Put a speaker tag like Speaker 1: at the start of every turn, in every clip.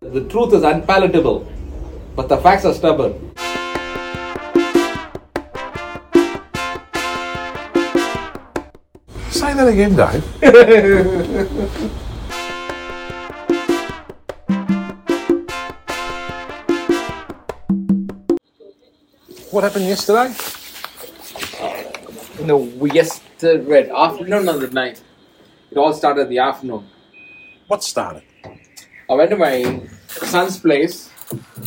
Speaker 1: The truth is unpalatable, but the facts are stubborn.
Speaker 2: Say that again, Dave. what happened yesterday?
Speaker 1: In the yesterday afternoon or the night, it all started in the afternoon.
Speaker 2: What started?
Speaker 1: I went to my son's place.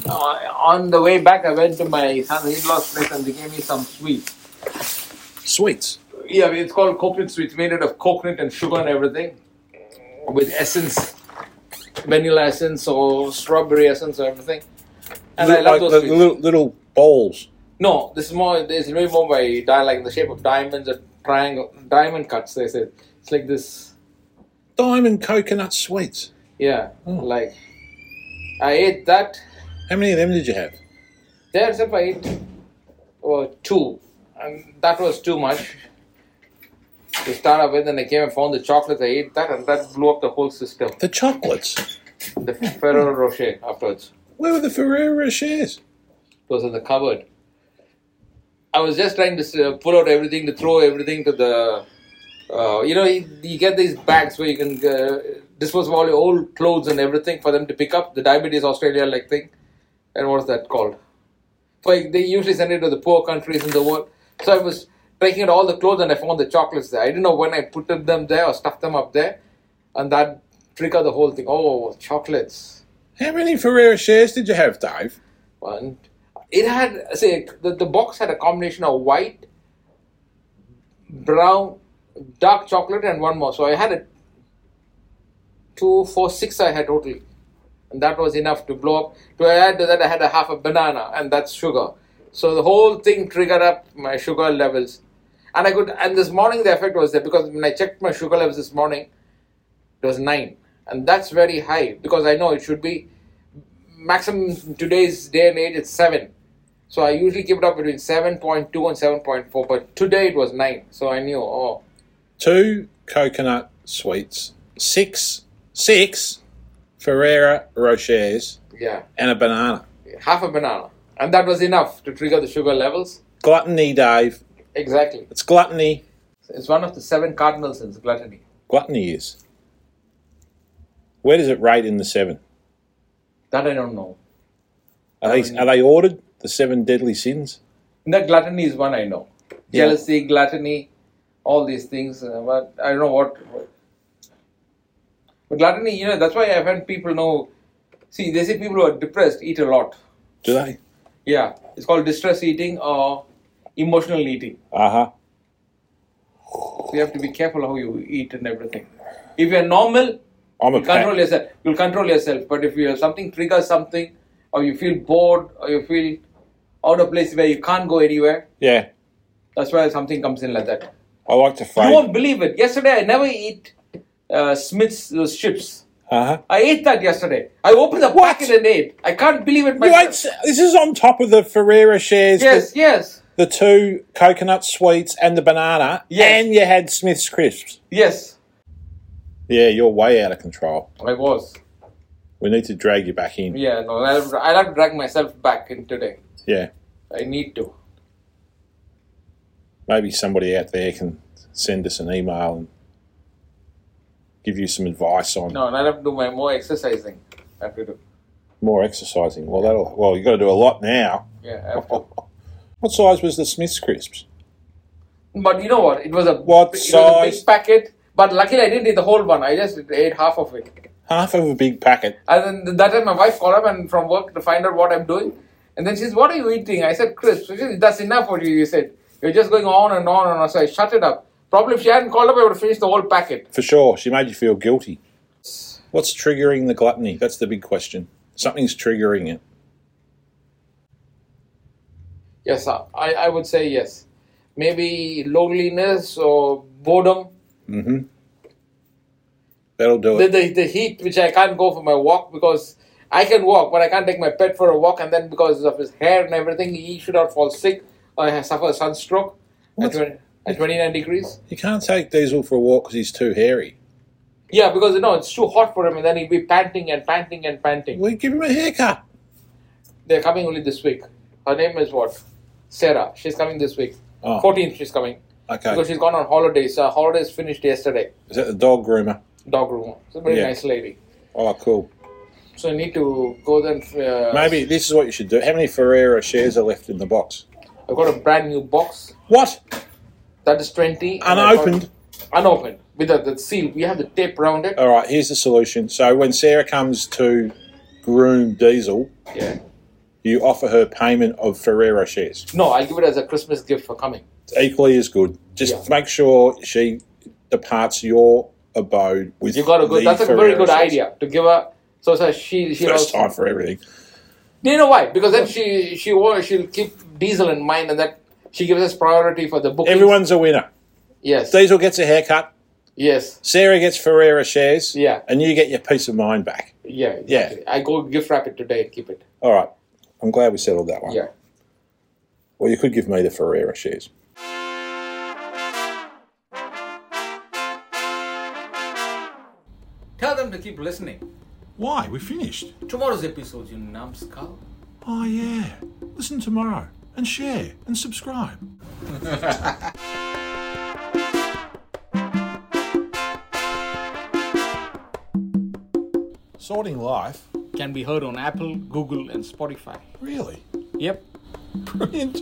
Speaker 1: Uh, on the way back, I went to my son's in-law's place and they gave me some sweets.
Speaker 2: Sweets.
Speaker 1: Yeah, I mean, it's called coconut sweets, made out of coconut and sugar and everything, with essence, vanilla essence or strawberry essence or everything. And I love
Speaker 2: Like
Speaker 1: those
Speaker 2: the
Speaker 1: sweets.
Speaker 2: little, little bowls.
Speaker 1: No, this is more. This is way more by di- like the shape of diamonds or triangle, diamond cuts. They said it's like this.
Speaker 2: Diamond coconut sweets.
Speaker 1: Yeah, like I ate that.
Speaker 2: How many of them did you have?
Speaker 1: There itself I ate uh, two, and that was too much to start off with. And I came and found the chocolates. I ate that, and that blew up the whole system.
Speaker 2: The chocolates.
Speaker 1: The Ferrero Rocher afterwards.
Speaker 2: Where were the Ferrero Rochers?
Speaker 1: It was in the cupboard. I was just trying to uh, pull out everything, to throw everything to the. Uh, you know, you, you get these bags where you can uh, dispose of all your old clothes and everything for them to pick up. The Diabetes Australia like thing. And what's that called? Like they usually send it to the poor countries in the world. So I was taking out all the clothes and I found the chocolates there. I didn't know when I put them there or stuffed them up there. And that triggered the whole thing. Oh, chocolates.
Speaker 2: How many Ferrero Rochers did you have, Dave?
Speaker 1: One. It had say the, the box had a combination of white, brown, dark chocolate, and one more. So I had a two, four, six. I had totally, and that was enough to blow up. To add to that, I had a half a banana, and that's sugar. So the whole thing triggered up my sugar levels, and I could. And this morning the effect was there because when I checked my sugar levels this morning, it was nine, and that's very high because I know it should be maximum in today's day and age it's seven. So I usually keep it up between seven point two and seven point four, but today it was nine. So I knew oh
Speaker 2: Two coconut sweets. Six. Six Ferrero Rochers
Speaker 1: yeah,
Speaker 2: and a banana.
Speaker 1: half a banana, and that was enough to trigger the sugar levels.
Speaker 2: Gluttony, Dave.
Speaker 1: Exactly,
Speaker 2: It's gluttony.
Speaker 1: it's one of the seven cardinal sins, gluttony.
Speaker 2: Gluttony is. Where does it rate in the seven?
Speaker 1: That I don't know.
Speaker 2: Are they are they ordered? The seven deadly sins.
Speaker 1: That gluttony is one I know.
Speaker 2: Yeah.
Speaker 1: Jealousy, gluttony, all these things. Uh, but I don't know what. But gluttony, you know, that's why I've had people know. See, they say people who are depressed eat a lot.
Speaker 2: Do they?
Speaker 1: Yeah, it's called distress eating or emotional eating.
Speaker 2: Uh huh.
Speaker 1: So you have to be careful how you eat and everything. If you're normal,
Speaker 2: I'm a
Speaker 1: you control
Speaker 2: pack.
Speaker 1: yourself. You'll control yourself. But if you something triggers something, or you feel bored, or you feel out of place where you can't go anywhere,
Speaker 2: Yeah,
Speaker 1: that's why something comes in like that.
Speaker 2: I like to
Speaker 1: You
Speaker 2: frame.
Speaker 1: won't believe it. Yesterday, I never eat uh, Smith's those chips.
Speaker 2: Uh huh.
Speaker 1: I ate that yesterday. I opened the
Speaker 2: What?
Speaker 1: packet and ate. I can't believe it
Speaker 2: You ate,
Speaker 1: myself.
Speaker 2: this is on top of the Ferrero shares,
Speaker 1: Yes, yes,
Speaker 2: the, the two coconut sweets and the banana,
Speaker 1: Yes.
Speaker 2: and you had Smith's crisps.
Speaker 1: yes.
Speaker 2: Yeah, you're way out of control.
Speaker 1: I was.
Speaker 2: We need to drag you back in.
Speaker 1: Yeah, no, I'll, I'll have to drag myself back in today.
Speaker 2: Yeah,
Speaker 1: I need to.
Speaker 2: maybe somebody out there can send us an email and give you some advice on
Speaker 1: No, and I'll have to do my more exercising. I have to do.
Speaker 2: more exercising. Well, that'll well, you got to do a lot now.
Speaker 1: Yeah, I have to.
Speaker 2: What size was the Smith's crisps?
Speaker 1: But you know what? It was a
Speaker 2: What
Speaker 1: it was a
Speaker 2: size?
Speaker 1: big packet. But luckily, I didn't eat the whole one. I just ate half of it.
Speaker 2: Half of a big packet.
Speaker 1: And then that time, my wife called up and from work to find out what I'm doing. And then she says, "What are you eating?" I said, "Crisps." She said, "That's enough for you." You said, "You're just going on and on and on." So I shut it up. Probably if she hadn't called up, I would have finished the whole packet.
Speaker 2: For sure, she made you feel guilty. What's triggering the gluttony? That's the big question. Something's triggering it.
Speaker 1: Yes, sir. I, I would say yes. Maybe loneliness or boredom.
Speaker 2: Mm-hmm. That'll do
Speaker 1: the,
Speaker 2: it.
Speaker 1: the, the heat which I can't go for my walk because I can walk, but I can't take my pet for a walk, and then because of his hair and everything, he should not fall sick or ha- suffer a sunstroke at,
Speaker 2: What?
Speaker 1: 20, at 29 degrees.
Speaker 2: You can't take Diesel for a walk because he's too hairy.
Speaker 1: Yeah, because you know it's too hot for him, and then he'll be panting and panting and panting.
Speaker 2: We give him a haircut.
Speaker 1: They're coming only this week. Her name is what? Sarah. She's coming this week.
Speaker 2: Oh.
Speaker 1: Fourteenth, she's coming
Speaker 2: Okay.
Speaker 1: because she's gone on holidays. Her holidays finished yesterday.
Speaker 2: Is that the dog groomer?
Speaker 1: Dog room. She's a very
Speaker 2: Yeah.
Speaker 1: nice lady.
Speaker 2: Oh, cool.
Speaker 1: So you need to go then. Uh,
Speaker 2: Maybe this is what you should do. How many Ferrero shares are left in the box? Uh,
Speaker 1: I've got a brand new box.
Speaker 2: What?
Speaker 1: That is twenty. and I've got-
Speaker 2: Unopened. Oh.
Speaker 1: unopened with the, the seal. We have the tape around it.
Speaker 2: All right, here's the solution. So when Sarah comes to groom Diesel,
Speaker 1: Yeah.
Speaker 2: you offer her payment of Ferrero shares.
Speaker 1: No, I'll give it as a Christmas gift for coming.
Speaker 2: It's equally as good. Just
Speaker 1: Yeah.
Speaker 2: make sure she departs your abode with
Speaker 1: You got a good.
Speaker 2: the
Speaker 1: That's a very
Speaker 2: Ferrero
Speaker 1: good
Speaker 2: shares.
Speaker 1: idea to give her. So, so she she
Speaker 2: First
Speaker 1: also-
Speaker 2: time for everything.
Speaker 1: Do you know why? Because then she she wa- she'll keep Diesel in mind, and that she gives us priority for the book.
Speaker 2: Everyone's a winner.
Speaker 1: Yes.
Speaker 2: Diesel gets a haircut.
Speaker 1: yes.
Speaker 2: Sarah gets Ferrero shares.
Speaker 1: Yeah.
Speaker 2: And you get your peace of mind back.
Speaker 1: Yeah. Exactly. I go gift wrap it today and keep it.
Speaker 2: All right. I'm glad we settled that one.
Speaker 1: Yeah.
Speaker 2: Well, you could give me the Ferrero shares.
Speaker 3: Tell them to keep listening.
Speaker 2: Why? We finished.
Speaker 3: Tomorrow's episode, you numbskull.
Speaker 2: Oh, yeah. Listen tomorrow and share and subscribe. Sorting life?
Speaker 3: Can be heard on Apple, Google, and Spotify.
Speaker 2: Really?
Speaker 3: Yep.
Speaker 2: Brilliant.